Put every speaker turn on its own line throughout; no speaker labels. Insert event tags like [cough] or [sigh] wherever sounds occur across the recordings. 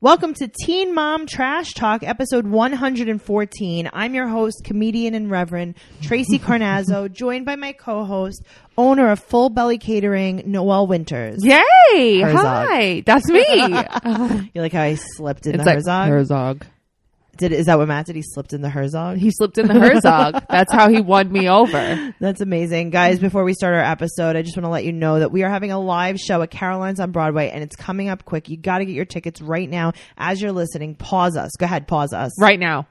Welcome to Teen Mom Trash Talk, episode 114. I'm your host, comedian and reverend
[laughs]
Tracy Carnazzo, joined by my co-host, owner of Full Belly Catering, Noelle Winters.
Yay!
Herzog.
Hi,
[laughs]
that's me.
You like how I slipped in
it's
the
like
Herzog?
Herzog.
Did is that what Matt did? He slipped in the Herzog.
He slipped in
[laughs]
the Herzog. that's how he won me over.
That's amazing. Guys, before we start our episode, I just want to let you know that we are having a live show at Caroline's on Broadway and it's coming up quick. You got to get your tickets right now as you're listening. Pause us. Go ahead, pause us.
Right now,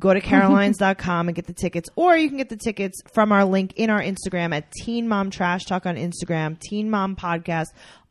Go
[laughs]
to carolines.com and get the tickets, or you can get the tickets from our link in our Instagram at Teen Mom Trash Talk on Instagram, Teen Mom Podcast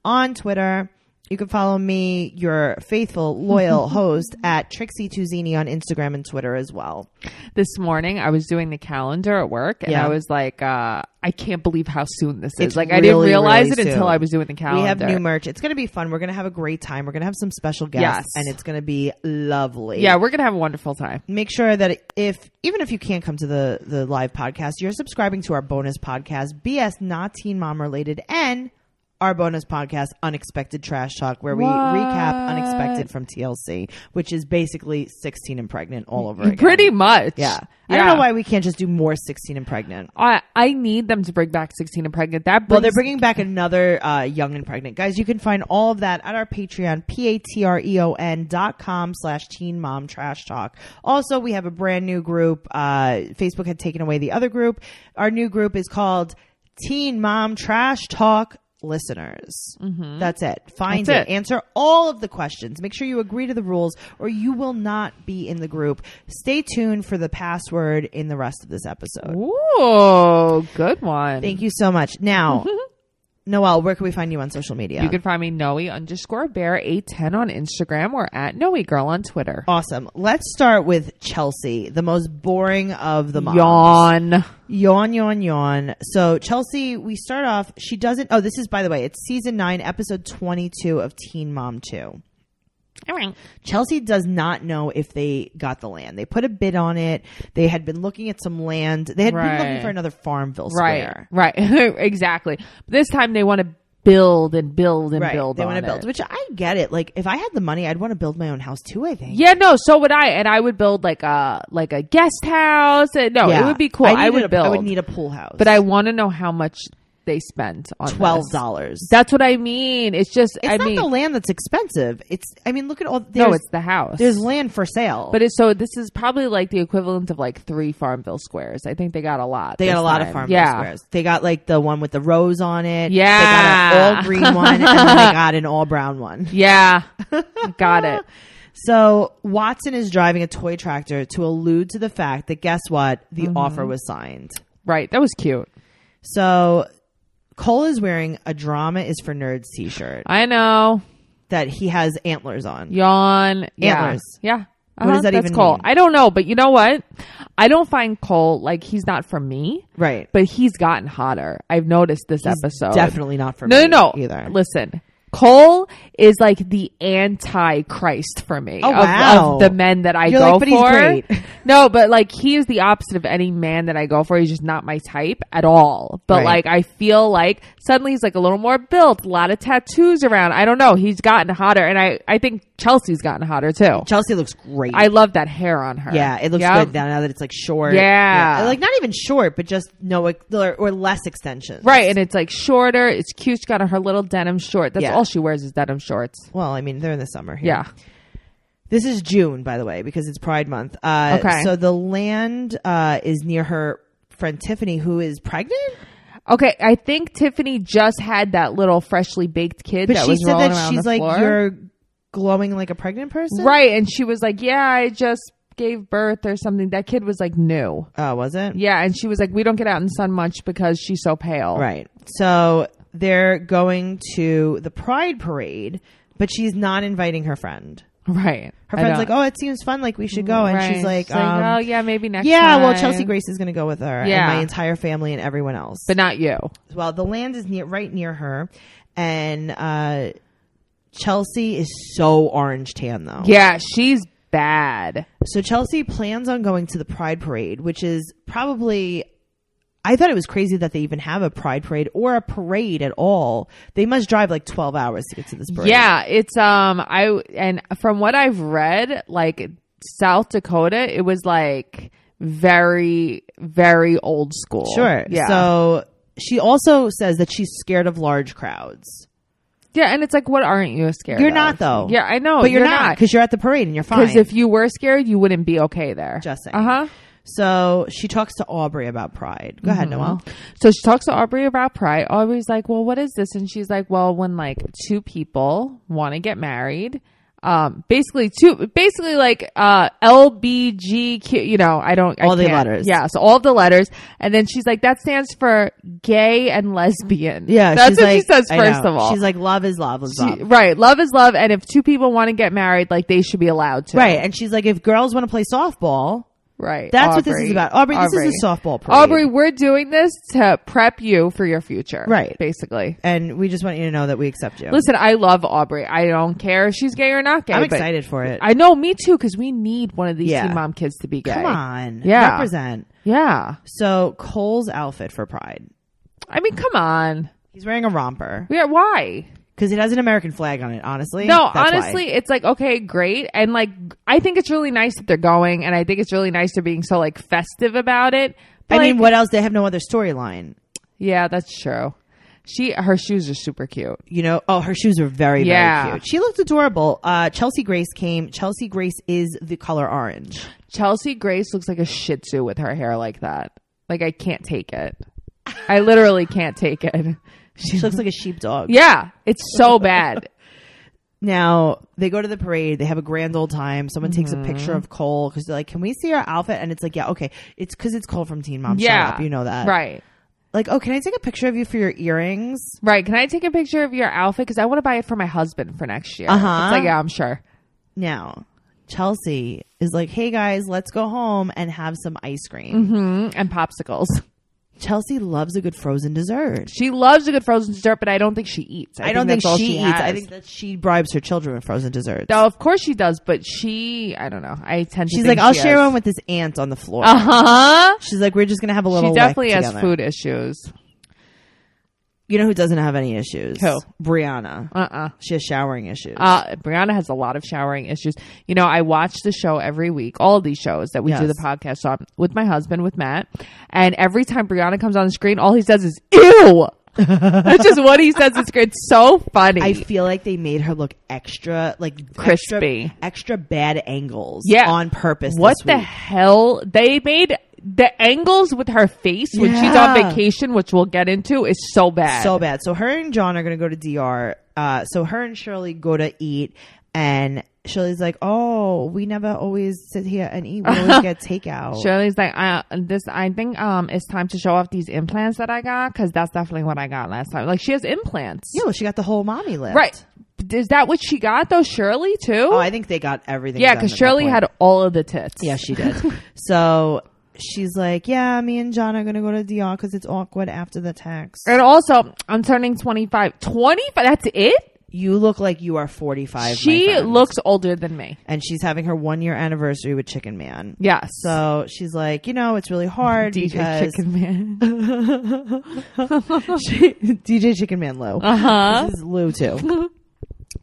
on Twitter. You can follow me, your faithful,
[laughs]
loyal host, at Trixie Tuzini on Instagram and Twitter as well.
this morning I was doing the calendar at work, and
Yeah.
I was like, uh, I can't believe how soon this
It's
is. Like, I didn't
really,
realize
really
it until
soon.
I was doing the calendar.
We have new merch. It's going to be fun. We're going to have a great time. We're going to have some special
Yes.
guests, and it's going to be lovely.
yeah, we're gonna have a wonderful time.
Make sure that if even if you can't come to the the live podcast, you're subscribing to our bonus podcast, BS Not Teen Mom Related, and our bonus podcast, Unexpected Trash Talk, where we recap
What?
Unexpected from TLC, which is basically 16 and pregnant all over again.
Pretty much.
Yeah. I don't know why we can't just do more 16 and pregnant.
I, I need them to bring back 16 and pregnant. That
Well,
brings
they're bringing back another uh, young and pregnant. Guys, you can find all of that at our Patreon, P-A-T-R-E-O-N E dot com slash teen mom trash talk. Also, we have a brand new group. Uh, Facebook had taken away the other group. Our new group is called Teen Mom Trash Talk Listeners. Mm-hmm. That's it. Find
That's
it.
it.
Answer all of the questions. Make sure you agree to the rules or you will not be in the group. Stay tuned for the password in the rest of this episode.
Ooh, good one.
Thank you so much. Now, Noelle, where can we find you on social media?
You can find me Noe underscore bear eight ten on Instagram or at Noe girl on Twitter.
awesome. Let's start with Chelsea, the most boring of the moms.
Yawn.
Yawn, yawn, yawn. So Chelsea, we start off. She doesn't. Oh, this is by the way. It's season nine, episode twenty-two of Teen Mom Two. Chelsea does not know if they got the land. They put a bid on it. They had been looking at some land. They had been looking
Right.
for another Farmville
Right.
square.
Right. [laughs] exactly. This time they want to build and build and
Right.
build.
they
on
want to build,
it.
which I get it. Like if I had the money, I'd want to build my own house too. I think.
Yeah, no. So would I, and I would build like a like a guest house. And, no,
Yeah.
it would be cool. I,
needed
would
a-
build.
I would need a pool house,
but I want to know how much they spent on
twelve
this.
dollars.
That's what I mean. It's just
It's
I
not
mean,
the land that's expensive. It's I mean, look at all. There's,
no, it's the house.
there's land for sale,
But it's so this is probably like the equivalent of like three Farmville squares. I think they got a lot.
they got
this
a lot of
time.
farm
yeah.
squares. They got like the one with the rose on it. they got an
Yeah.
all green one, and then [laughs] they got an all brown one. [laughs]
Yeah, got it.
So Watson is driving a toy tractor to allude to the fact that guess what? The offer was signed.
Right, that was cute.
So Cole is wearing a drama is for nerds t-shirt
I know.
that he has antlers on.
Yawn. Yeah.
Antlers.
Yeah. Uh-huh.
What does that
That's
even
Cole.
mean?
I don't know, but you know what? I don't find Cole like he's not from me,
Right.
but he's gotten hotter. I've noticed this episode.
Definitely not for
No,
me
no, no.
either.
Listen, Cole is like the anti-Christ for me.
Oh,
of,
wow.
of the men that I
You're
go
like, "But he's
for.
great."
[laughs]
[laughs]
no, but like he is the opposite of any man that I go for. He's just not my type at all. But
Right.
like I feel like suddenly he's like a little more built, a lot of tattoos around. I don't know. He's gotten hotter, and I I think Chelsea's gotten hotter too.
Chelsea looks great.
I love that hair on her.
Yeah, it looks
Yep.
good now that it's like short.
Yeah.
like not even short, but just no or, or less extensions.
Right, and it's like shorter. It's cute. She's got her little denim short. That's
Yeah.
all she wears is denim shorts.
Well, I mean, they're in the summer here.
Yeah.
This is June, by the way, because it's Pride Month. Uh,
Okay.
So the land uh, is near her friend Tiffany, who is pregnant.
Okay, I think Tiffany just had that little freshly baked kid
But
that
she
was
said
rolling
that
around
she's
the
like,
floor.
you're glowing like a pregnant person.
right, and she was like, "Yeah, I just gave birth or something." That kid was like new.
Oh, was it?
Yeah, and she was like, "We don't get out in sun much because she's so pale."
Right. So they're going to the Pride Parade, but she's not inviting her friend.
[laughs] right.
Her
I
friend's like,
don't-
"Oh, it seems fun. Like we should go." And
Right.
she's like, um,
"Oh yeah, maybe next."
Yeah, well,
time."
Chelsea Grace is going to go with her
Yeah.
and my entire family and everyone else.
but not you.
well, the land is near, right near her, and uh, Chelsea is so orange tan though.
Yeah, she's bad.
So Chelsea plans on going to the Pride Parade, which is probably. I thought it was crazy that they even have a pride parade or a parade at all. They must drive like 12 hours to get to this parade.
Yeah, it's um I and from what I've read, like South Dakota, it was like very very old school.
Sure.
Yeah.
So she also says that she's scared of large crowds.
yeah, and it's like what aren't you scared
You're
of?
not, though.
Yeah, I know.
but Oh, you're, not
not
because you're at the parade and you're fine.
because if you were scared, you wouldn't be okay there.
Just saying.
Uh-huh.
so she talks to Aubrey about pride. Go ahead, Noel.
So she talks to Aubrey about pride. Aubrey's like, "Well, what is this?" And she's like, "Well, when like two people want to get married, um, basically two, basically like uh, LBGQ. You know, I don't I
All the
can't-
letters.
Yeah, so all the letters. And then she's like, that stands for gay and lesbian.
Yeah,
that's
she's
what
like,
she says
I
first
know.
of all.
she's like, "Love is love, is
She-
love."
right, love is love, and if two people want to get married, like they should be allowed to.
Right, and she's like, "If girls want to play softball,
right.
That's what this is about. Aubrey, this is a softball parade.
Aubrey, we're doing this to prep you for your future.
Right.
basically.
and we just want you to know that we accept you."
Listen, I love Aubrey. I don't care if she's gay or not gay.
I'm
but-
excited for it.
I know, me too, because we need one of these
Yeah.
teen mom kids to be gay.
Come on,
Yeah.
represent.
Yeah.
So Cole's outfit for Pride,
I mean, come on.
he's wearing a romper
We are, why?
because it has an American flag on it. Honestly,
No,
That's why.
honestly, it's like, okay, great. And like, I think it's really nice that they're going, and I think it's really nice they're being so like festive about it. But,
I mean,
like,
what else? They have no other storyline.
yeah, that's true. She, her shoes are super cute.
you know oh her shoes are very
Yeah.
very cute she looked adorable uh chelsea grace came chelsea grace is the color orange
Chelsea Grace looks like a Shih Tzu with her hair like that. Like, I can't take it. I literally can't take it. [laughs]
she looks like a sheepdog
Yeah, it's
[laughs]
so bad.
now they go to the parade they have a grand old time someone takes
Mm-hmm.
a picture of cole because they're like can we see our outfit and it's like yeah okay it's because it's cole from teen mom
yeah,
shut up you know that
right?
like oh can i take a picture of you for your earrings
Right. Can I take a picture of your outfit because I want to buy it for my husband for next year?
Uh-huh.
It's like yeah, I'm sure.
now chelsea is like hey guys let's go home and have some ice cream
Mm, and popsicles.
chelsea loves a good frozen dessert
She loves a good frozen dessert, but I don't think she eats.
I, don't think
that's all
she, eats. I
has.
think that she bribes her children with frozen desserts.
No, of course she does, but she, I don't know. I tend to.
She's
think
like, I'll
she
share
has-
one
[laughs]
with this aunt on the floor.
Uh huh.
She's like, we're just gonna have a little.
She definitely
lick
has
together."
food issues.
You know who doesn't have any issues?
Who?
Brianna.
Uh uh
She has showering issues.
Uh, Brianna has a lot of showering issues. You know, I watch the show every week, all of these shows that we do
Yes.
the podcast on with my husband, with Matt. And every time Brianna comes on the screen, all he says is,
[laughs]
ew. That's just what he says. It's, it's so funny.
I feel like they made her look extra, like
Crispy.
extra, extra bad angles.
Yeah.
on purpose.
what
this
the
week.
hell? They made the angles with her face when she's on
Yeah.
vacation, which we'll get into, is so bad.
So bad. So her and John are gonna go to DR. Uh, so her and Shirley go to eat, and Shirley's like, "Oh, we never always sit here and eat. We
[laughs]
always get takeout."
Shirley's like, I, this, I think, um, it's time to show off these implants that I got. Cause that's definitely what I got last time. Like she has implants.
Yeah, well, she got the whole mommy lift.
Right. Is that what she got though? Shirley too?
Oh, I think they got everything.
yeah,
done
because
at that
Shirley
point.
had all of the tits.
Yeah, she
[laughs]
did. so she's like, "Yeah, me and John are gonna go to DR because it's awkward after the tax.
And also, I'm turning 25. 25? That's it?
You look like you are 45. my
she
friend."
looks older than me.
and she's having her one year anniversary with Chicken Man.
Yes.
So she's like, you know, it's really
[laughs]
hard
DJ
because
Chicken Man.
[laughs] She- DJ Chicken Man Lou.
Uh huh.
This is Lou
[laughs]
too.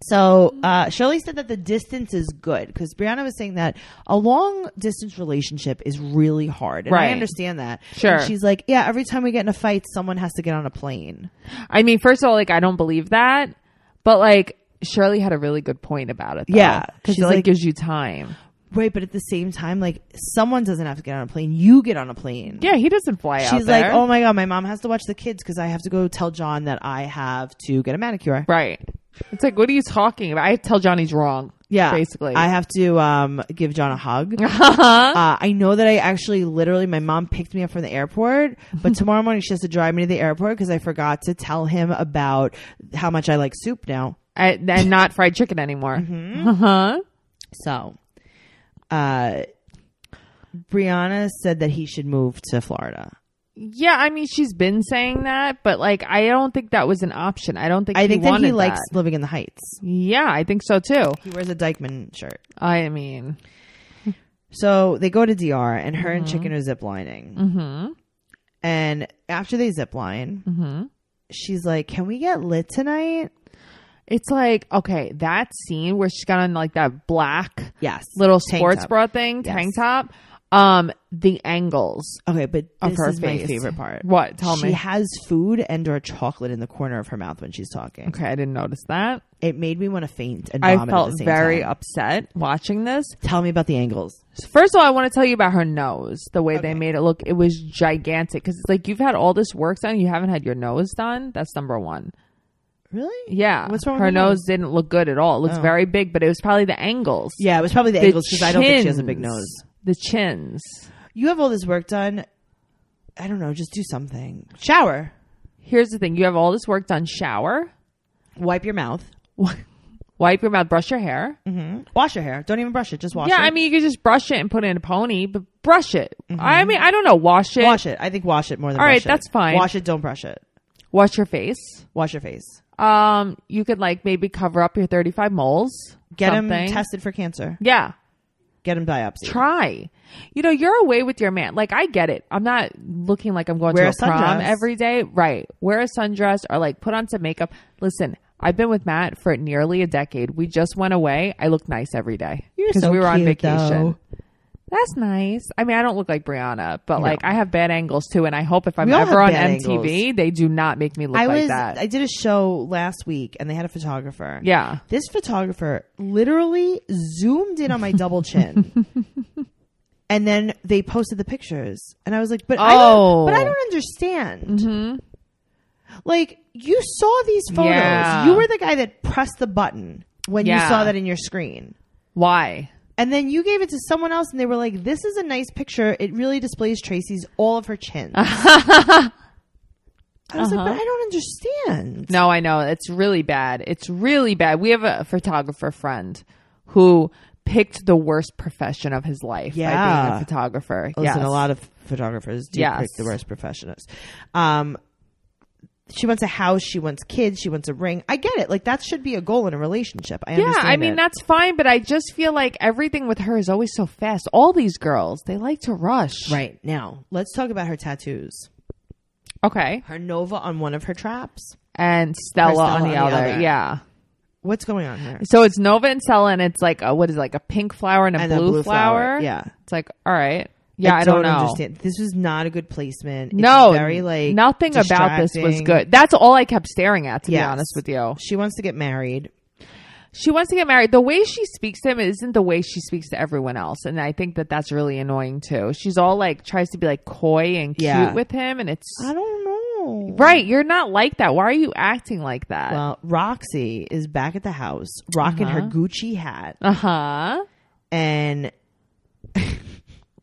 So uh, Shirley said that the distance is good because Brianna was saying that a long distance relationship is really hard, and I
Right.
understand that.
Sure.
And she's like, yeah, every time we get in a fight, someone has to get on a plane.
I mean, first of all, like, I don't believe that. But, like, Shirley had a really good point about it. Though,
Yeah.
Because
She's
it, like,
like-
gives you time.
Right, but at the same time, like someone doesn't have to get on a plane. You get on a plane.
Yeah, he doesn't fly out.
She's like,
there.
oh my god, my mom has to watch the kids because I have to go tell John that I have to get a manicure.
Right. It's like, what are you talking about? I tell Johnny's wrong.
Yeah,
Basically. Uh-huh.
I have to um give John a
[laughs]
hug. Uh, I know that I actually literally my mom picked me up from the airport,
[laughs]
but tomorrow morning she has to drive me to the airport because I forgot to tell him about how much I like soup now.
I- and not fried chicken anymore.
[laughs]
Uh huh.
So, uh, Brianna said that he should move to Florida.
Yeah, I mean, she's been saying that, but like, I don't think that was an option. I don't think
I
he
think that he
wanted
likes
that.
living in the Heights.
Yeah, I think so too.
He wears a Dykeman shirt.
I mean,
So they go to DR, and her and Chicken are ziplining. Mm-hmm. And after they zip line, she's like, "Can we get lit tonight?"
It's like okay, that scene where she got on like that black
Yes,
little
Tank
sports
top.
bra thing,
Yes.
tank top. Um, the angles
Okay, but
of
this
her
is
face.
my favorite part.
What? Tell
she
me.
has food and or chocolate in the corner of her mouth when she's talking.
okay, I didn't notice that.
It made me want to faint and
I
vomit at
felt
the same
very
time.
upset watching this.
Tell me about the angles.
First of all, I want to tell you about her nose. The way they
Okay.
made it look, it was gigantic. Because it's like you've had all this work done, you haven't had your nose done. That's number one.
Really?
Yeah,
What's wrong with
Her
her
nose didn't look good at all. It looks
Oh.
very big, but it was probably the angles.
Yeah, it was probably the,
the
angles because I don't think she has a big
chins.
nose.
The chins.
You have all this work done. I don't know. Just do something. Shower.
Here's the thing: you have all this work done. Shower,
Wipe your mouth.
wipe your mouth, brush your hair.
Wash your hair. Don't even brush it. Just Mm-hmm. wash
Mm-hmm. Yeah,
it.
I mean you could just brush it and put it in a pony, but brush it. I mean I don't know, wash it, wash,
Mm-hmm. wash it. I think wash it more than.
All right,
brush it.
that's fine.
Wash it. Don't brush it.
your face.
Wash your face.
Um, you could like maybe cover up your thirty-five moles.
Get him
something.
tested for cancer.
Yeah,
Get him biopsy.
try. You know, you're away with your man. Like, I get it. I'm not looking like I'm going
Wear
to a
a
prom
sundress.
every day. Right. Wear a sundress or like put on some makeup. Listen, I've been with Matt for nearly a decade. We just went away. I look nice every day
You're so
we were on
cute,
vacation.
though.
That's nice. I mean, I don't look like Brianna, but like I have bad angles too. And I hope if I'm
We all
ever on
have bad
MTV, they do not make me look
I
like
was.
that.
I did a show last week, and they had a photographer.
yeah.
This photographer literally zoomed in on my double
[laughs]
chin. And then they posted the pictures, and I was like, "But I
Oh. Mm-hmm.
don't, but I don't understand. Like you saw these photos,
Yeah.
you were the guy that pressed the button when
Yeah.
you saw that in your screen,
Why?
and then you gave it to someone else, and they were like, "This is a nice picture. It really displays Tracy's all of her
[laughs]
chins." I was like,
Uh-huh.
"But I don't understand."
No, I know. It's really bad. It's really bad. We have a photographer friend who picked the worst profession of his life by being
Yeah.
a photographer.
Listen,
yes.
a lot of photographers do
Yes.
pick the worst professionals. Um, she wants a house. She wants kids. She wants a ring. I get it. Like that should be a goal in a relationship. I
Yeah,
understand
I mean
it.
that's fine, but I just feel like everything with her is always so fast. All these girls, they like to rush.
right now. Let's talk about her tattoos.
Okay.
Her Nova on one of her traps.
And Stella,
Or Stella
on, the, other. Yeah.
What's going on here?
So it's Nova and Stella, and it's like a, what is it, like a pink flower and a,
And a
blue,
blue
flower.
flower, yeah.
It's like all right. Yeah, I, don't, know.
understand. This was not a good placement. It's
No,
very like
nothing about this was
distracting.
good. That's all I kept staring at, to be
Yes.
honest with you.
She wants to get married.
She wants to get married. The way she speaks to him isn't the way she speaks to everyone else, and I think that that's really annoying too. She's all like tries to be like coy and cute
Yeah.
with him, and it's
I don't know.
right. You're not like that. Why are you acting like that?
Well, Roxy is back at the house, rocking
Uh-huh.
her Gucci hat.
uh huh.
and [laughs]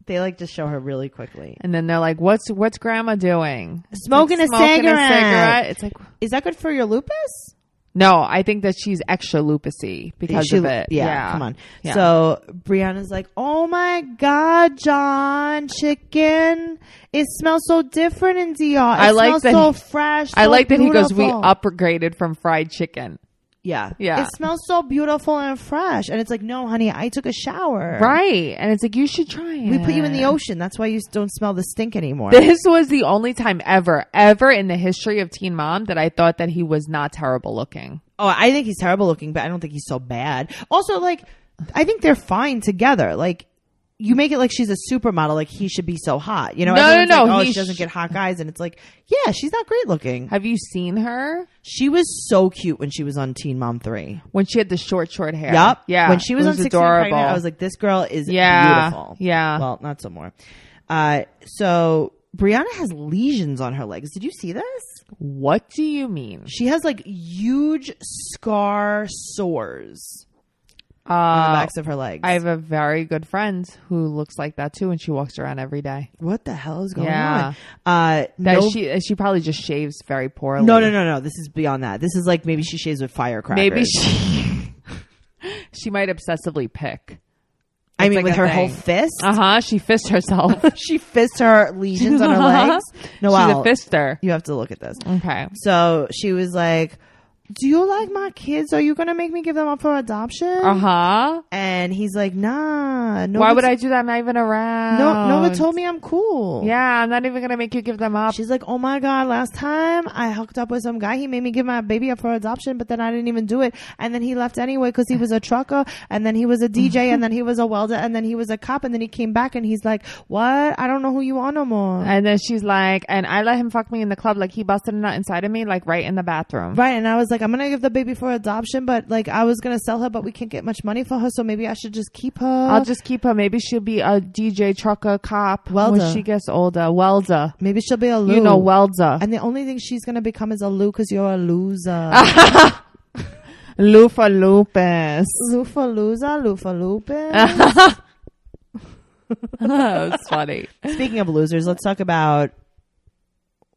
they like to show her really quickly.
And then they're like, "What's what's Grandma doing?
Smoking a cigarette.
It's like,
Is that good for your lupus?
no, I think that she's extra lupusy because
She-
of it.
Yeah, come on.
Yeah.
So Brianna's like, "Oh my god, John, chicken! It smells so different in DR. It
I
smells
like that
so
he-
fresh.
I
so
like that he goes, "We
beautiful."
upgraded from fried chicken."
Yeah,
Yeah.
It smells so beautiful and fresh, and it's like, no, honey, I took a shower.
Right. And it's like, you should try it.
We put you in the ocean. That's why you don't smell the stink
[laughs]
anymore.
This was the only time ever, ever in the history of Teen Mom that I thought that he was not terrible looking.
Oh, I think he's terrible looking, but I don't think he's so bad. Also, like, I think they're fine together. Like, you make it like she's a supermodel, like he should be so hot. You know,
No, no,
Everyone's
no,
Like, oh,
he
she
sh-
doesn't get hot guys, and it's like, yeah, she's not great looking.
Have you seen her
She was so cute when she was on Teen Mom Three.
when she had the short, short hair?
Yup.
Yeah.
When she was,
It
on Sixteen and Pregnant, I was like, this girl is
Yeah,
beautiful.
yeah.
Well, not so more. Uh, so Brianna has lesions on her legs. Did you see this?
what do you mean?
She has like huge scar sores on the
Uh,
backs of her legs.
I have a very good friend who looks like that too, and she walks around every day.
what the hell is going
Yeah.
on? Uh,
That
no,
she she probably just shaves very poorly.
no, no, no, no. This is beyond that. This is like maybe she shaves with firecrackers.
Maybe she [laughs] she might obsessively pick.
I mean,
like
with
a
her whole
thing.
fist.
Uh huh. She fists herself.
she fists her lesions [laughs]
[laughs]
on her
Uh-huh.
legs. Noelle,
She's a fister.
you have to look at this.
Okay.
So she was like, "Do you like my kids? Are you gonna make me give them up for adoption?"
Uh huh.
and he's like, nah. No
Uh-huh. Why would I do that? I'm not even around.
No, Nova told me I'm cool.
Yeah, I'm not even gonna make you give them up.
She's like, oh my God, last time I hooked up with some guy. He made me give my baby up for adoption, but then I didn't even do it. And then he left anyway because he was a trucker and then he
[laughs]
was a DJ and then he was a welder and then he was a cop and then he came back and he's like, what? I don't know who you are no more.
And then she's like, and I let him fuck me in the club. Like he busted a nut inside of me, like right in the bathroom.
Right. And I was like, I'm going to give the baby for adoption, but like I was going to sell her, but we can't get much money for her. So maybe I should just keep her.
I'll just keep her. Maybe she'll be a DJ, trucker, cop
Welder.
when she gets older. Welder.
maybe she'll be a loo.
You know, welder.
And the only thing she's going to become is a loo because you're a loser.
[laughs] Lou
[laughs]
for lupus.
Lufa loser, Lufa
[laughs]
lupin.
That's funny.
Speaking of losers, let's talk about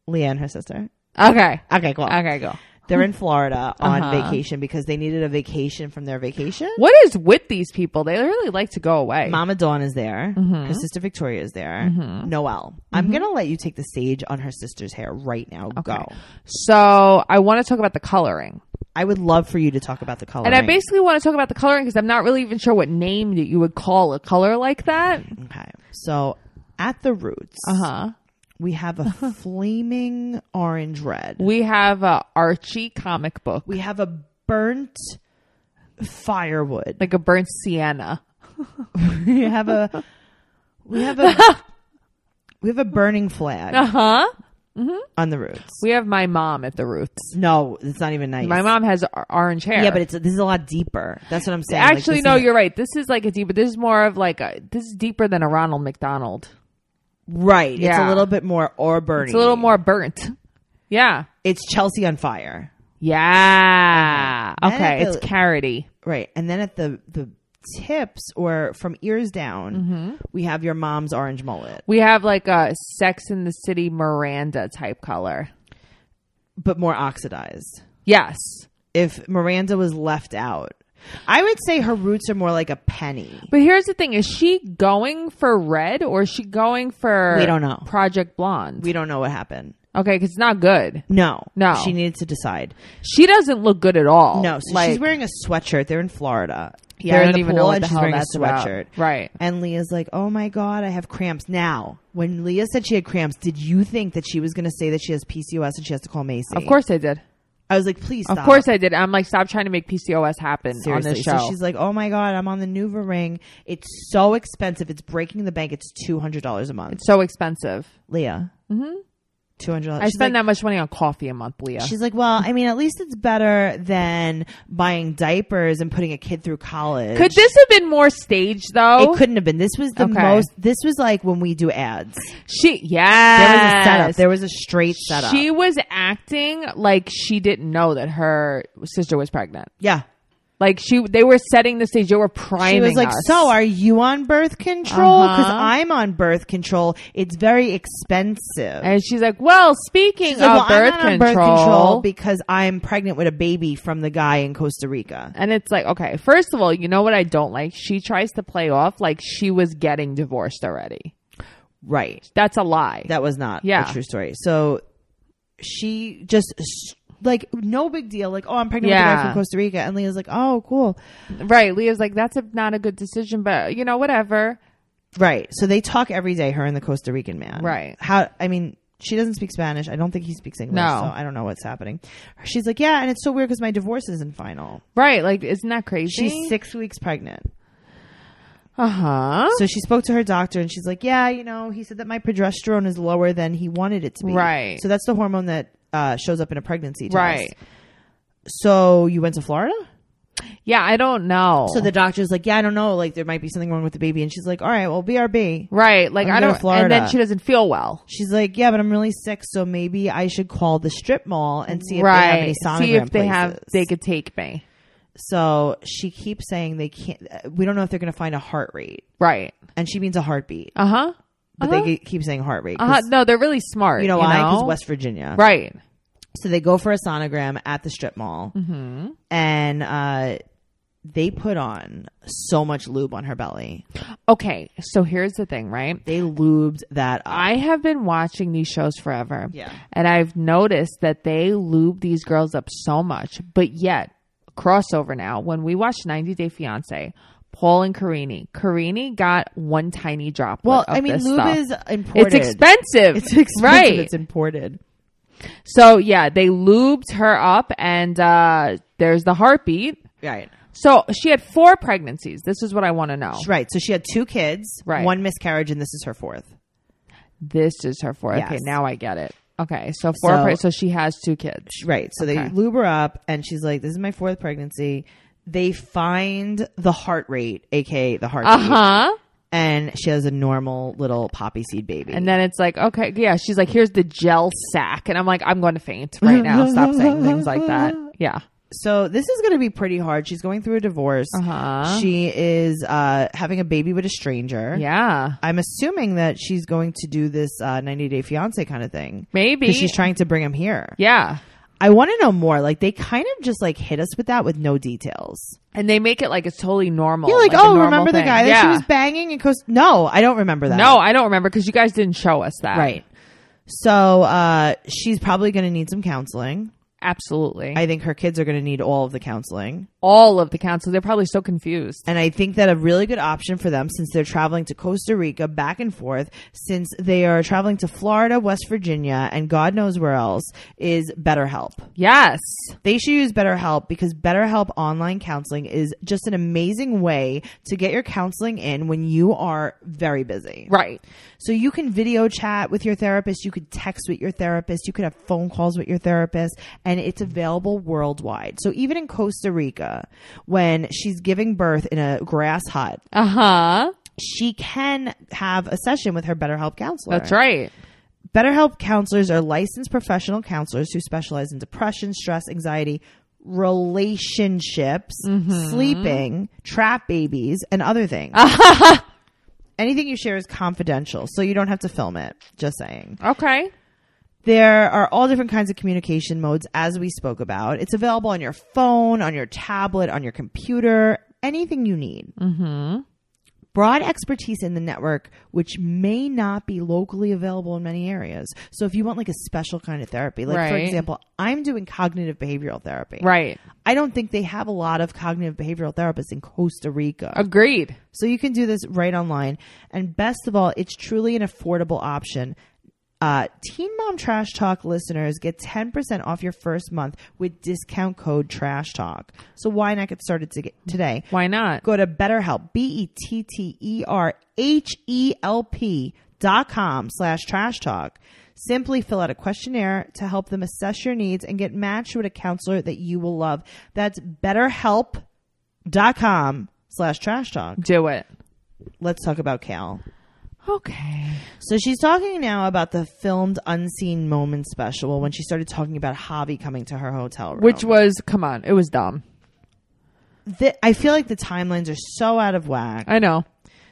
Leah and her sister.
Okay.
Okay, cool.
Okay, Uh-huh. go.
They're in Florida on vacation because they needed a vacation from their vacation.
What is with these people? They really like to go away.
Mama Dawn is there.
Mm-hmm.
Her sister Victoria is there. Noelle. I'm going to let you take the stage on her sister's hair right now. Go.
So I want to talk about the coloring.
I would love for you to talk about the color.
And I basically want to talk about the coloring because I'm not really even sure what name that you would call a color like that.
Okay. So at the roots,
Uh huh.
we have
[laughs]
a flaming orange red.
We have a Archie comic book,
We have a burnt firewood.
like a burnt sienna.
[laughs] we have a we have a we have a burning flag
Uh huh. Mm-hmm.
on the roots.
We have my mom at the roots.
No, it's not even nice.
My mom has o- orange hair.
yeah, but it's this is a lot deeper. That's what I'm saying. Like,
actually
this
no.
is-
You're right. This is like a deeper. This is more of like a. This is deeper than a Ronald McDonald.
right. It's a
Yeah.
little bit more or burning.
It's a little more burnt. Yeah.
It's Chelsea on fire.
Yeah.
Mhm.
Okay.
And I
It's
feel-
carroty.
Right, and then at the the tips or from ears down,
Mm-hmm.
we have your mom's orange mullet,
We have like a Sex in the City Miranda type color.
but more oxidized.
Yes.
If Miranda was left out, I would say her roots are more like a penny.
But here's the thing: is she going for red or is she going for
We don't know.
Project Blonde?
We don't know what happened.
okay, because it's not good.
No,
No.
she needed to decide.
She doesn't look good at all.
No, so she's wearing a sweatshirt. They're in Florida.
Yeah,
They're
I
in
don't
the
even
pool
know what
and
the
she's
hell
wearing a
that's about.
sweatshirt.
Right.
And Leah's like, "Oh my god, I have cramps." Now, when Leah said she had cramps, did you think that she was going to say that she has PCOS and she has to call Macy?
Of course I did.
I was like, "Please stop."
Of course I did. I'm like, stop trying to make PCOS happen
Seriously.
on this show.
So she's like, "Oh my god, I'm on the Nuva ring. It's so expensive. It's breaking the bank. It's two hundred dollars a month."
so expensive.
Leah, two hundred dollars.
Mm-hmm. I spend that much money on coffee a month, Leah.
She's like, well, I mean, at least it's better than buying diapers and putting a kid through college.
Could this have been more staged though?
It couldn't have been. This was the
Okay.
most. This was like when we do ads.
She
There
yeah.
was a setup. There was a straight setup.
She was acting like she didn't know that her sister was pregnant.
yeah.
Like she, they were setting the stage. They were priming.
She was like,
us.
"So, are you on birth control? Because
Uh-huh.
I'm on birth control. It's very expensive."
And she's like, "Well, speaking
She's like,
of
"Well, I'm
birth,
not on
control,
because I'm pregnant with a baby from the guy in Costa Rica.
and it's like, okay, first of all, you know what I don't like? She tries to play off like she was getting divorced already.
Right.
That's a lie.
That was not
Yeah.
a true story. So she just s- like no big deal. Like, oh, I'm pregnant with a guy
Yeah.
from Costa Rica, and Leah's like, oh, cool.
right? Leah's like, that's a, not a good decision, but you know, whatever.
Right. So they talk every day, her and the Costa Rican man.
Right.
How, I mean, she doesn't speak Spanish. I don't think he speaks English.
No.
So I don't know what's happening. She's like, yeah, and it's so weird because my divorce isn't final.
Right? Like, isn't that crazy?
She's six weeks pregnant.
Uh huh.
So she spoke to her doctor and she's like, yeah, you know, he said that my progesterone is lower than he wanted it to be.
Right.
So that's the hormone that uh, shows up in a pregnancy test.
Right.
So you went to Florida?
Yeah, I don't know.
So the doctor's like, yeah, I don't know. Like there might be something wrong with the baby. And she's like, all right, well, BRB.
right? Like,
I'm
I
going
don't.
to Florida.
And then she doesn't feel well.
She's like, yeah, but I'm really sick, so maybe I should call the strip mall and see if they have
right.
any sonogram
See if they have.
places."
They could take me.
so she keeps saying they can't. uh, We don't know if they're going to find a heart rate,
Right.
and she means a heartbeat,
Uh huh.
but
Uh-huh.
they ge- keep saying heart rate.
Uh huh.
'cause
No, they're really smart.
You know why? Because West Virginia.
Right.
So they go for a sonogram at the strip mall,
Mm-hmm.
and uh, they put on so much lube on her belly.
Okay. So here's the thing, right?
They lubed that up.
I have been watching these shows forever.
Yeah.
And I've noticed that they lube these girls up so much, but yet crossover now when we watch 90 Day Fiancé, Paul and Carini. Carini got one tiny drop.
Well, I mean, lube is imported.
it's expensive.
It's [laughs] expensive.
Right.
It's imported.
so yeah, they lubed her up and uh there's the heartbeat.
Right.
So she had four pregnancies. This is what I want to know.
Oh. Right. So she had two kids,
Right.
one miscarriage, and this is her fourth.
This is her four. Okay,
Yes.
now I get it. Okay, so four.
So-
So, so she has two kids.
Right. So they
Okay.
lube her up, and she's like, "This is my fourth pregnancy." They find the heart rate, aka the heartbeat,
Uh huh.
and she has a normal little poppy seed baby.
And then it's like, okay, yeah. She's like, here's the gel sack, and I'm like, I'm going to faint right now. Stop saying things like that.
[laughs]
Yeah.
so this is going to be pretty hard. She's going through a divorce.
Uh huh.
She is uh, having a baby with a stranger.
Yeah.
I'm assuming that she's going to do this uh, 90 Day Fiance kind of thing.
Maybe.
Because she's trying to bring him here.
yeah.
I want to know more. Like they kind of just like hit us with that with no details.
And they make it like it's totally normal.
You're like,
a
oh,
normal
remember the
thing.
guy that
yeah.
she was banging? And goes, no, I don't remember that.
No, I don't remember because you guys didn't show us that.
right. So uh, she's probably going to need some counseling.
Absolutely.
I think her kids are going to need all of the counseling.
All of the council, they're probably so confused.
And I think that a really good option for them, since they're traveling to Costa Rica back and forth, since they are traveling to Florida, West Virginia, and God knows where else, is BetterHelp.
Yes.
They should use BetterHelp because BetterHelp online counseling is just an amazing way to get your counseling in when you are very busy.
Right.
So you can video chat with your therapist, you could text with your therapist, you could have phone calls with your therapist, and it's available worldwide. So even in Costa Rica, when she's giving birth in a grass hut,
Uh huh.
she can have a session with her BetterHelp counselor.
That's right.
BetterHelp counselors are licensed professional counselors who specialize in depression, stress, anxiety, relationships, sleeping, trap babies, and other things. Anything you share is confidential, so you don't have to film it. Just saying.
Okay.
There are all different kinds of communication modes, as we spoke about. It's available on your phone, on your tablet, on your computer, anything you need. Mm-hmm. Broad expertise in the network, which may not be locally available in many areas. So, if you want like a special kind of therapy, like for
Right.
example, I'm doing cognitive behavioral therapy.
Right.
I don't think they have a lot of cognitive behavioral therapists in Costa Rica.
Agreed.
So you can do this right online. And best of all, it's truly an affordable option. Uh, Teen Mom Trash Talk listeners get 10% off your first month with discount code Trash Talk. So why not get started to get today?
Why not?
Go to BetterHelp, B E T T E R H E L P dot com slash trash talk. Simply fill out a questionnaire to help them assess your needs and get matched with a counselor that you will love. That's BetterHelp dot com slash trash talk
Do it.
let's talk about Cal.
Okay.
So she's talking now about the filmed unseen moment special when she started talking about Javi coming to her hotel room.
Which was, come on, it was dumb.
Th- I feel like the timelines are so out of whack.
I know.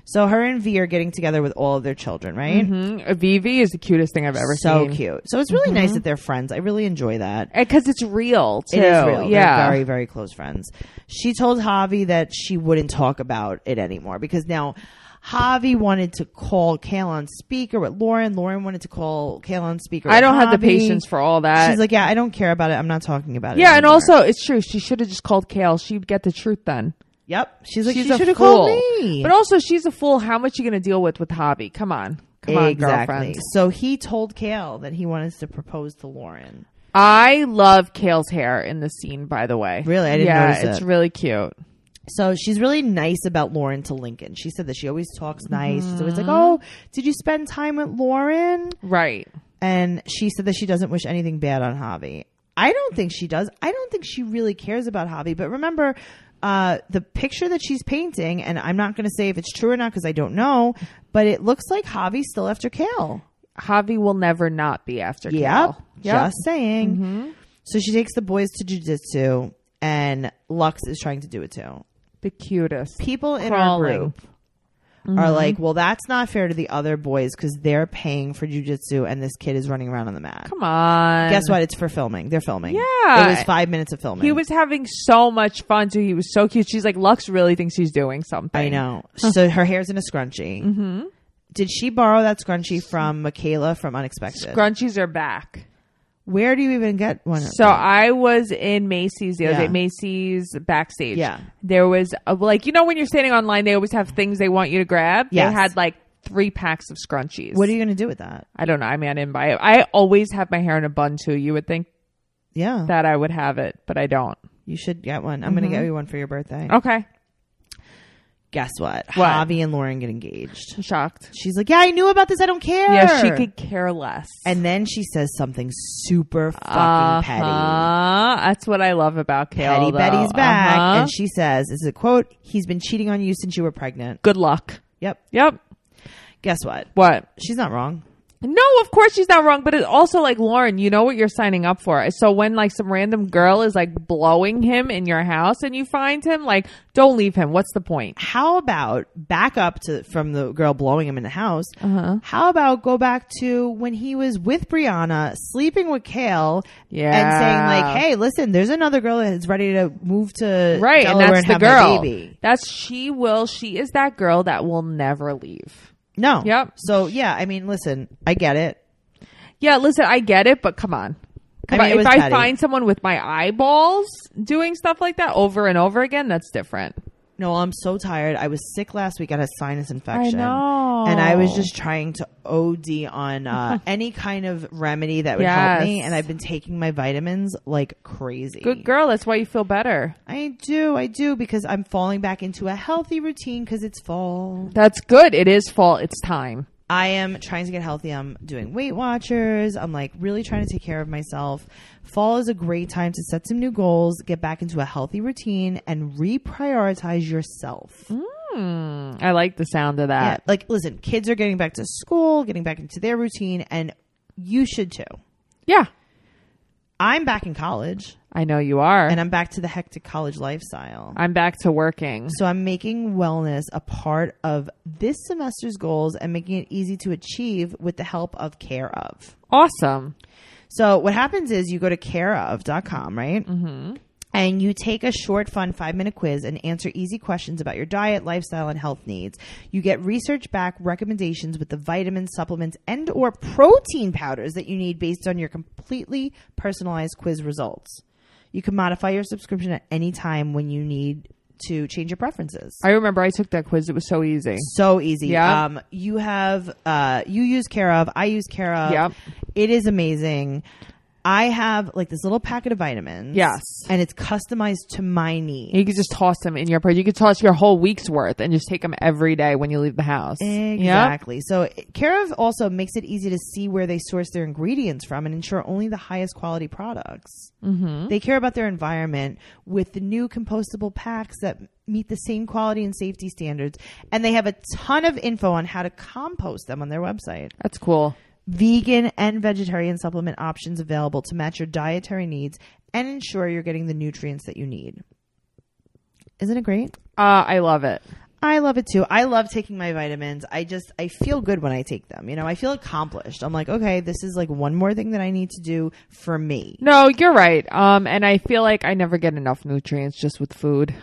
So her and V are getting together with all of their children, right?
Mm-hmm. Vivi is the cutest thing I've ever
So
seen.
cute. So it's really
Mm-hmm.
nice that they're friends. I really enjoy that.
Because it's real, too.
It is real. They're
Yeah.
very, very close friends. She told Javi that she wouldn't talk about it anymore because now Javi wanted to call Kale on speaker with Lauren. Lauren wanted to call Kale on speaker.
I
with
don't have the
Javi.
patience for all that.
She's like, yeah, I don't care about it. I'm not talking about it.
Uh, yeah, and
anymore."
also, it's true. She should have just called Kale. She'd get the truth then.
yep. She's like,
she's
she
a
should have
fool.
called me.
But also, she's a fool. How much you going to deal with with Hobby? Come on. Come on,
exactly.
girlfriend.
So he told Kale that he wanted to propose to Lauren.
I love Kale's hair in the scene, by the way.
Really? I didn't
yeah,
notice
it's
it.
really cute.
So she's really nice about Lauren to Lincoln. She said that she always talks nice. She's always like,
Mm-hmm.
oh, did you spend time with Lauren?
Right.
And she said that she doesn't wish anything bad on Javi. I don't think she does. I don't think she really cares about Javi. But remember, uh, the picture that she's painting, and I'm not going to say if it's true or not because I don't know, but it looks like Javi's still after Kale.
Javi will never not be after
Yep.
Kale. Mm-hmm.
Just saying. So she takes the boys to jujitsu, and Lux is trying to do it too.
The cutest.
People in our
Crawling. Mm-hmm.
group are like, well, that's not fair to the other boys because they're paying for jujitsu, and this kid is running around on the mat.
Come on.
Guess what? It's for filming. They're filming.
Yeah.
It was five minutes of filming.
He was having so much fun too. He was so cute. She's like, Lux really thinks she's doing something.
I know. So her hair's in a scrunchie. Mm-hmm. Did she borrow that scrunchie from Michaela from Unexpected?
Scrunchies are back.
Where do you even get one?
So I was in Macy's the other
Yeah.
day, Macy's backstage.
Yeah.
There was, a, like, you know, when you're standing online, they always have things they want you to grab.
Yes.
They had like three packs of scrunchies.
what are you going to do with that?
I don't know. I mean, I didn't buy it. I always have my hair in a bun too. You would think
Yeah,
that Mm-hmm. I would have it, but I don't.
you should get one. I'm going to get you one for your birthday.
Okay.
Guess what?
Oh. What?
Javi and Lauren get engaged.
I'm shocked.
She's like, yeah, I knew about this. I don't care.
Yeah, she could care less.
And then she says something super fucking petty.
Uh-huh. That's what I love about Kale.
Petty
though.
Betty's back,
Uh-huh.
and she says, "Is a quote? He's been cheating on you since you were pregnant."
Good luck.
Yep.
Yep.
Guess what?
What?
She's not wrong.
No, of course she's not wrong, but it's also like Lauren, you know what you're signing up for. So when like some random girl is like blowing him in your house and you find him, like don't leave him. What's the point?
How about back up to from the girl blowing him in the house?
Uh-huh.
How about go back to when he was with Brianna, sleeping with Kale, and
Yeah.
saying like, "Hey, listen, there's another girl that's ready to move to
Right,
Delaware
and that's the
have my
girl.
baby."
That's she will. She is that girl that will never leave.
No.
Yep.
So yeah, I mean, listen, I get it.
Yeah, listen, I get it, but come on.
I
Come
mean, it
on.
was
If I
petty.
find someone with my eyeballs doing stuff like that over and over again, that's different.
No, I'm so tired. I was sick last week. I had a sinus infection.
know.
And I was just trying to OD on
[laughs]
uh, any kind of remedy that would help me.
Yes.
And I've been taking my vitamins like crazy.
Good girl, that's why you feel better.
I do. I do because I'm falling back into a healthy routine because it's fall.
That's good. It is fall. It's time.
I am trying to get healthy. I'm doing Weight Watchers. I'm like really trying to take care of myself. Fall is a great time to set some new goals, get back into a healthy routine, and reprioritize yourself.
I like the sound of
Yeah,
that.
like listen, kids are getting back to school, getting back into their routine, and you should too.
Yeah.
I'm back in college
I know you are.
and I'm back to the hectic college lifestyle.
I'm back to working.
So I'm making wellness a part of this semester's goals and making it easy to achieve with the help of Care of.
Awesome.
So what happens is you go to careof.com, right? Mm-hmm. And you take a short, fun five minute quiz and answer easy questions about your diet, lifestyle, and health needs. You get research back recommendations with the vitamins, supplements, and or protein powders that you need based on your completely personalized quiz results. You can modify your subscription at any time when you need to change your preferences.
I remember I took that quiz. It was so easy.
So easy.
Yeah.
Um, you have, uh, you use care of, I use care of.
Yep.
It is amazing. I have like this little packet of vitamins.
Yes.
And it's customized to my needs.
You could just toss them in your purse. You could toss your whole week's worth and just take them every day when you leave the house. Yep.
Exactly. So care of also makes it easy to see where they source their ingredients from and ensure only the highest quality products. Mm-hmm. They care about their environment with the new compostable packs that meet the same quality and safety standards. And they have a ton of info on how to compost them on their website.
That's cool.
vegan and vegetarian supplement options available to match your dietary needs and ensure you're getting the nutrients that you need. Isn't it great?
Uh, I love it.
I love it too. I love taking my vitamins. I just I feel good when I take them. You know, I feel accomplished. I'm like, okay, this is like one more thing that I need to do for me.
No, you're right. Um, and I feel like I never get enough nutrients just with food.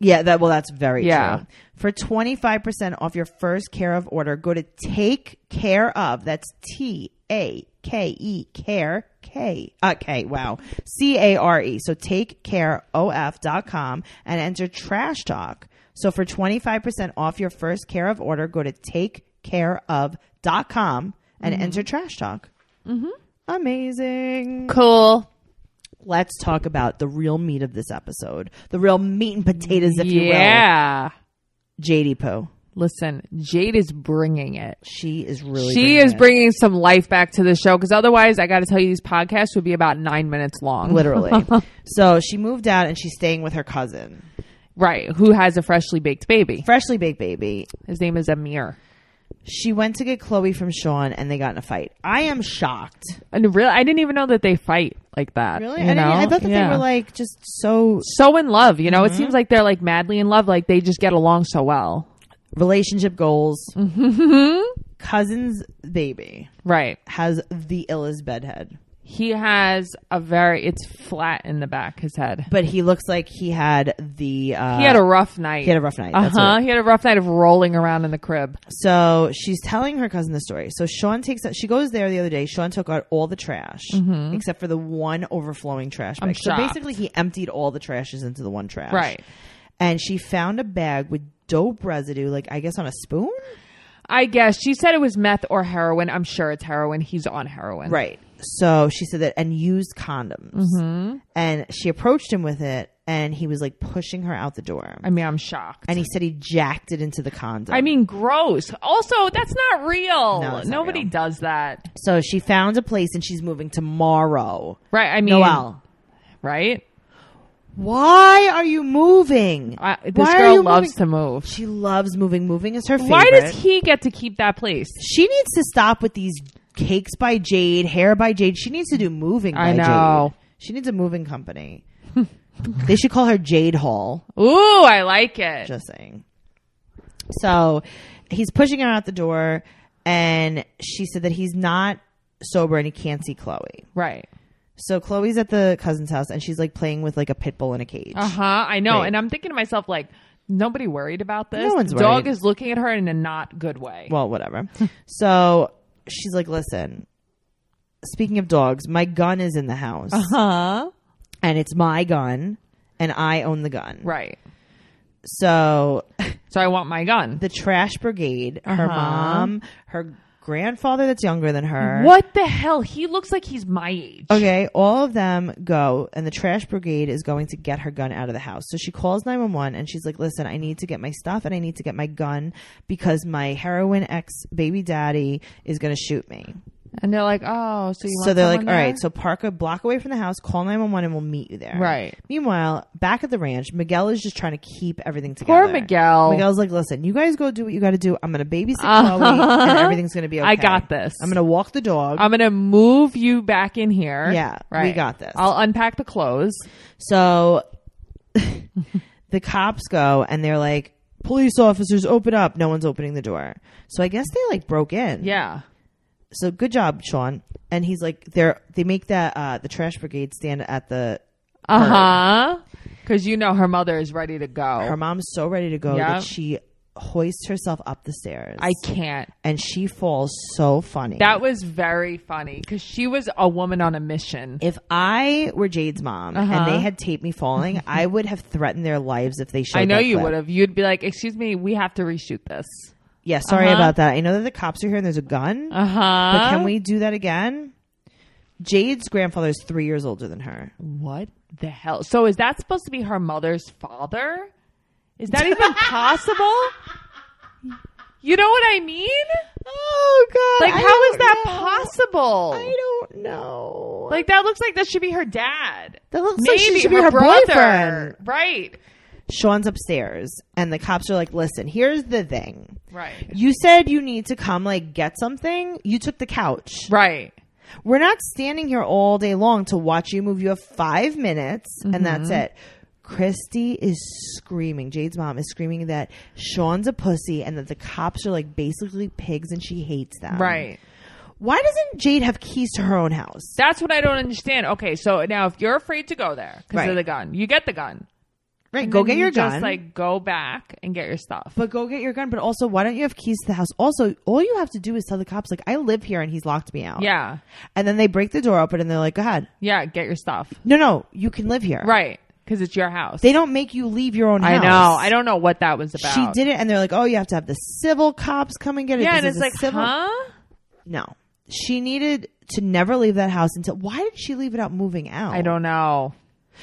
Yeah, that well that's very
Yeah.
true. For 25% off your first care of order, go to take care of. That's T A K E care K uh, K wow. C A R E. So take care com and enter trash talk. So for 25% off your first care of order, go to take care of dot com and enter trash talk. Mm-hmm. Amazing
Cool.
let's talk about the real meat of this episode. The real meat and potatoes, if
yeah.
you will. JD Poe.
Listen, Jade is bringing it.
She is really.
She
bringing
is
it.
[laughs] bringing some life back to the show because otherwise, I got to tell you, these podcasts would be about nine minutes long. [laughs]
Literally. so she moved out and she's staying with her cousin.
Right. Who has a freshly baked baby?
Freshly baked baby.
His name is Amir.
She went to get Chloe from Sean and they got in a fight. I am shocked.
And really, I didn't even know that they fight like that.
Really?
you
I, didn't, e-,
know?
I thought that
Yeah.
they were like just so
so in love. You know,
Mm-hmm.
it seems like they're like madly in love. Like they just get along so well.
relationship goals.
Mm-hmm. [laughs]
Cousin's baby
Right.
has the illest bedhead.
He has a very it's flat in the back his head.
But he looks like he had the uh,
He had a rough night.
he had a rough night.
Uh
That's what-
huh. He had a rough night of rolling around in the crib.
So she's telling her cousin the story. So Sean takes out, she goes there the other day. Sean took out all the trash except for the one overflowing trash bag.
Mm-hmm. I'm
so
shocked.
basically, he emptied all the trashes into the one trash.
Right.
And she found a bag with dope residue, like I guess on a spoon?
I guess she said it was meth or heroin. I'm sure it's heroin. He's on heroin.
Right. So she said that, and used condoms.
Mm-hmm.
And she approached him with it, and he was like pushing her out the door.
I mean, I'm shocked.
And he said he jacked it into the condom.
I mean, gross. Also, that's not real.
No, it's not
Nobody
real.
does that.
so she found a place, and she's moving tomorrow.
Right. I mean,
Noelle.
right?
Why are you moving?
I, this
Why are you
girl loves
moving?
to move.
She loves moving. Moving is her favorite.
Why does he get to keep that place?
she needs to stop with these cakes by Jade, hair by Jade. She needs to do moving. By
I know.
Jade. She needs a moving company. [laughs] they should call her Jade Hall.
Ooh, I like it.
Just saying. So he's pushing her out the door, and she said that he's not sober and he can't see Chloe.
right.
So Chloe's at the cousin's house, and she's like playing with like a pit bull in a cage.
Uh huh. I know.
Right.
And I'm thinking to myself, like, nobody worried about this.
No one's
the dog
worried.
is looking at her in a not good way.
well, whatever. [laughs] so she's like, listen, speaking of dogs, my gun is in the house
huh.
and it's my gun and I own the gun.
Right.
So
So I want my gun.
the trash brigade, her
Uh-huh.
mom, her grandfather that's younger than her.
What the hell? He looks like he's my age.
Okay, all of them go, and the trash brigade is going to get her gun out of the house. So she calls 911 and she's like, Listen, I need to get my stuff and I need to get my gun because my heroin ex baby daddy is going to shoot me.
And they're like, oh, so you want
so they're like,
someone
all
there?
right, so park a block away from the house, call 911 and we'll meet you there.
Right.
Meanwhile, back at the ranch, Miguel is just trying to keep everything together.
Poor Miguel.
Miguel's like, listen, you guys go do what you got to do. I'm going to babysit
Uh-huh.
Chloe
[laughs]
and everything's going to be okay.
I got this. Uh-huh.
I'm going to walk the dog.
I'm gonna move you back in here.
Yeah, we
right.
got this.
I'll unpack the clothes.
so [laughs] the cops go and they're like, police officers, open up. No one's opening the door. So I guess they like broke in.
Yeah,
so good job, Sean. And he's like, they're, they make that, uh, the trash brigade stand at the
uh huh. Because you know her mother is ready to go.
her mom's so ready to go
Yeah.
that she hoists herself up the stairs.
I can't.
and she falls so funny.
That was very funny because she was a woman on a mission.
if I were Jade's mom
Uh-huh.
and they had taped me falling,
[laughs]
I would have threatened their lives if they showed.
I know
that
you
clip.
would have. You'd be like, "Excuse me, we have to reshoot this."
Yeah, sorry
Uh-huh.
about that. I know that the cops are here and there's a gun,
Uh
but
huh.
can we do that again? Jade's grandfather is three years older than her.
What the hell? So is that supposed to be her mother's father? Is
[laughs]
that even possible? You know what I mean?
Oh God!
Like, how is that possible?
I don't know.
Like that looks like that should be her dad.
that looks
Maybe
like she should be
her,
her
brother.
boyfriend.
Right.
Sean's upstairs, and the cops are like, "Listen, here's the thing.
Right.
You said you need to come, like, get something. You took the couch.
Right.
We're not standing here all day long to watch you move. You have five minutes, and
Mm-hmm.
that's it. Christy is screaming. Jade's mom is screaming that Sean's a pussy and that the cops are like basically pigs and she hates them.
Right.
Why doesn't Jade have keys to her own house?
That's what I don't understand. Okay, so now if you're afraid to go there because
Right.
of the gun, you get the gun.
Right. Go
Then
get
you
your
just,
gun.
Like go back and get your stuff.
but go get your gun. But also, why don't you have keys to the house? Also, all you have to do is tell the cops, like, I live here and he's locked me out.
yeah.
And then they break the door open and they're like, go ahead.
Yeah. Get your stuff.
No, no, you can live here.
Right. Because it's your house.
They don't make you leave your own
I
house.
know. I don't know what that was about.
She did it, and they're like, "Oh, you have to have the civil cops come and get it."
Yeah,
This is
and it's
a
like,
civil.
huh?
No, she needed to never leave that house until. Why did she leave without moving out?
I don't know.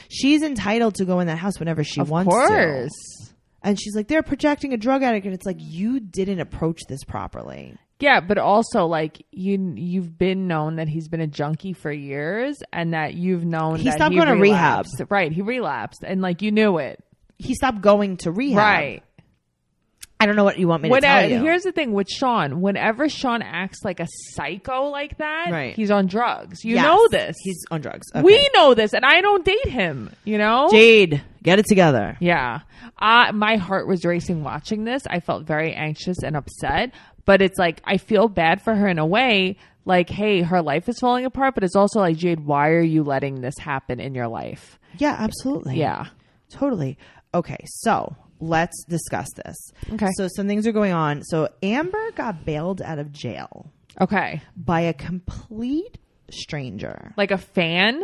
She's entitled to go in that house whenever she
Of
wants
course.
to. And she's like, "They're projecting a drug addict," and it's like, "You didn't approach this properly."
Yeah, but also like you you've been known that he's been a junkie for years and that you've known
He
that
stopped going to rehab.
relapsed. Right, he relapsed and like you knew it.
He stopped going to rehab.
Right.
I don't know what you want me
When,
to tell you.
here's the thing with Sean, whenever Sean acts like a psycho like that,
Right.
he's on drugs. You
Yes.
know this.
He's on drugs. Okay.
We know this and I don't date him, you know?
Jade, get it together.
Yeah. Uh, my heart was racing watching this. I felt very anxious and upset, but it's like I feel bad for her in a way. like, hey, her life is falling apart, but it's also like, Jade, why are you letting this happen in your life?
Yeah, absolutely.
Yeah.
Totally. Okay, so let's discuss this.
Okay.
So some things are going on. So Amber got bailed out of jail
Okay.
by a complete stranger.
Like a fan?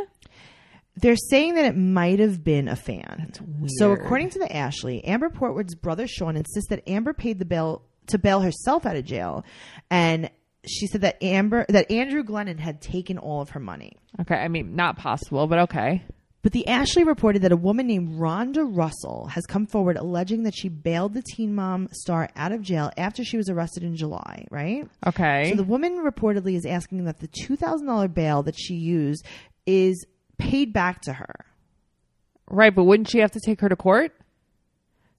They're saying that it might have been a fan. So
weird.
according to the Ashley, Amber Portwood's brother Sean insists that Amber paid the bail to bail herself out of jail and she said that Amber that Andrew Glennon had taken all of her money.
Okay. I mean, not possible, but okay.
But the Ashley reported that a woman named Rhonda Russell has come forward alleging that she bailed the Teen Mom star out of jail after she was arrested in July, right?
Okay.
So the woman reportedly is asking that the $2,000 bail that she used is paid back to her.
right. But wouldn't she have to take her to court?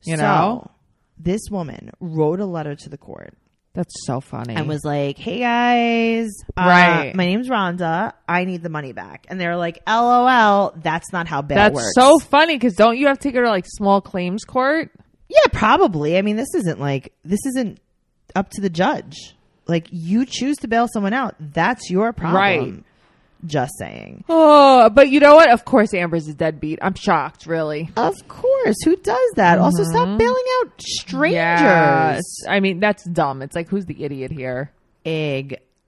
You
so,
know?
this woman wrote a letter to the court
That's so funny.
and was like, "Hey guys, uh,
Right.
My name's Rhonda. I need the money back." And they're like, "LOL, that's not how bail
That's
works."
so funny because don't you have to go to like small claims court?
Yeah, probably. I mean, this isn't like this isn't up to the judge. Like you choose to bail someone out, that's your problem.
Right.
Just saying.
Oh, but you know what? Of course, Amber's a deadbeat. I'm shocked, really.
Of course, who does that? Also,
Mm-hmm.
stop bailing out strangers.
Yes. I mean, that's dumb. It's like, who's the idiot here?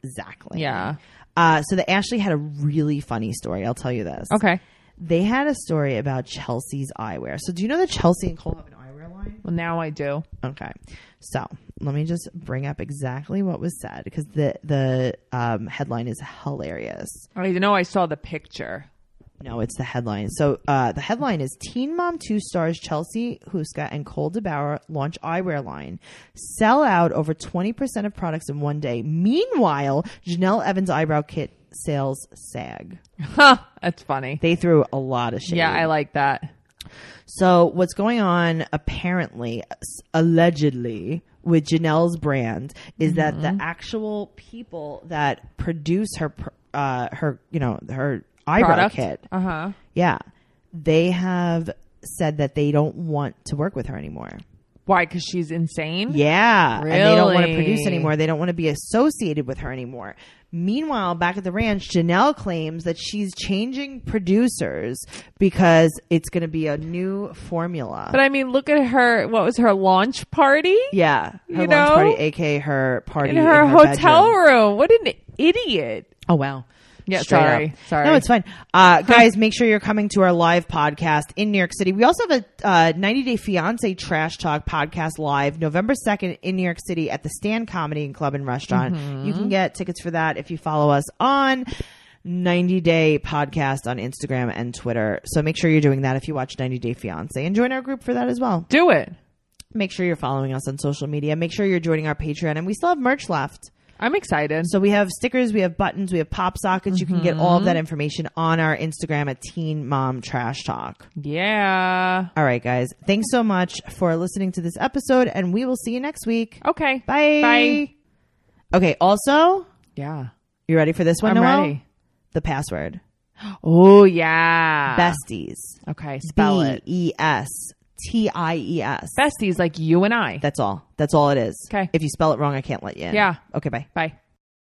Exactly.
Yeah.
Uh, so the Ashley had a really funny story. I'll tell you this.
Okay.
They had a story about Chelsea's eyewear. So do you know the Chelsea and Cole have an eyewear line?
Well, now I do.
Okay. So let me just bring up exactly what was said because the the um, headline is hilarious.
I know I saw the picture.
No, it's the headline. So uh, the headline is Teen Mom 2 stars Chelsea Huska and Cole DeBauer launch eyewear line. Sell out over 20% of products in one day. Meanwhile, Janelle Evans eyebrow kit sales sag.
[laughs] Huh. That's funny.
They threw a lot of shit.
Yeah, I like that.
So what's going on apparently, s- allegedly, with Janelle's brand is that
Mm-hmm.
the actual people that produce her, pr- uh, her, you know, her eyebrow
Product.
kit,
Uh huh.
yeah, they have said that they don't want to work with her anymore.
Why? Because she's insane?
Yeah. And they don't want to
Really?
produce anymore. They don't want to be associated with her anymore. Meanwhile, back at the ranch, Janelle claims that she's changing producers because it's going to be a new formula.
But I mean, look at her. What was her launch party?
yeah. Her
You
launch
know?
party, aka her party
In her, hotel
bedroom.
room. What an idiot.
Oh, wow.
Yeah,
Straight
sorry,
up.
sorry.
No, it's fine. Uh, guys, make sure you're coming to our live podcast in New York City. We also have a uh, 90 Day Fiance Trash Talk podcast live November 2nd in New York City at the Stand Comedy and Club and Restaurant. You
Mm-hmm.
can get tickets for that if you follow us on 90 Day Podcast on Instagram and Twitter. So make sure you're doing that if you watch 90 Day Fiance and join our group for that as well.
Do it.
Make sure you're following us on social media. Make sure you're joining our Patreon and we still have merch left.
I'm excited.
So we have stickers, we have buttons, we have pop sockets. You can get all
Mm-hmm.
of that information on our Instagram at Teen Mom Trash Talk.
Yeah.
All right, guys. Thanks so much for listening to this episode, and we will see you next week.
Okay.
Bye.
Bye.
Okay. Also,
Yeah.
you ready for this one?
I'm
Noel?
ready.
The password
Oh, yeah.
besties.
Okay. Ah. Spell
B
it.
e s t i e s.
Besties like you and I.
That's all. That's all it is.
Okay.
If you spell it wrong, I can't let you in.
Yeah.
Okay. Bye.
Bye.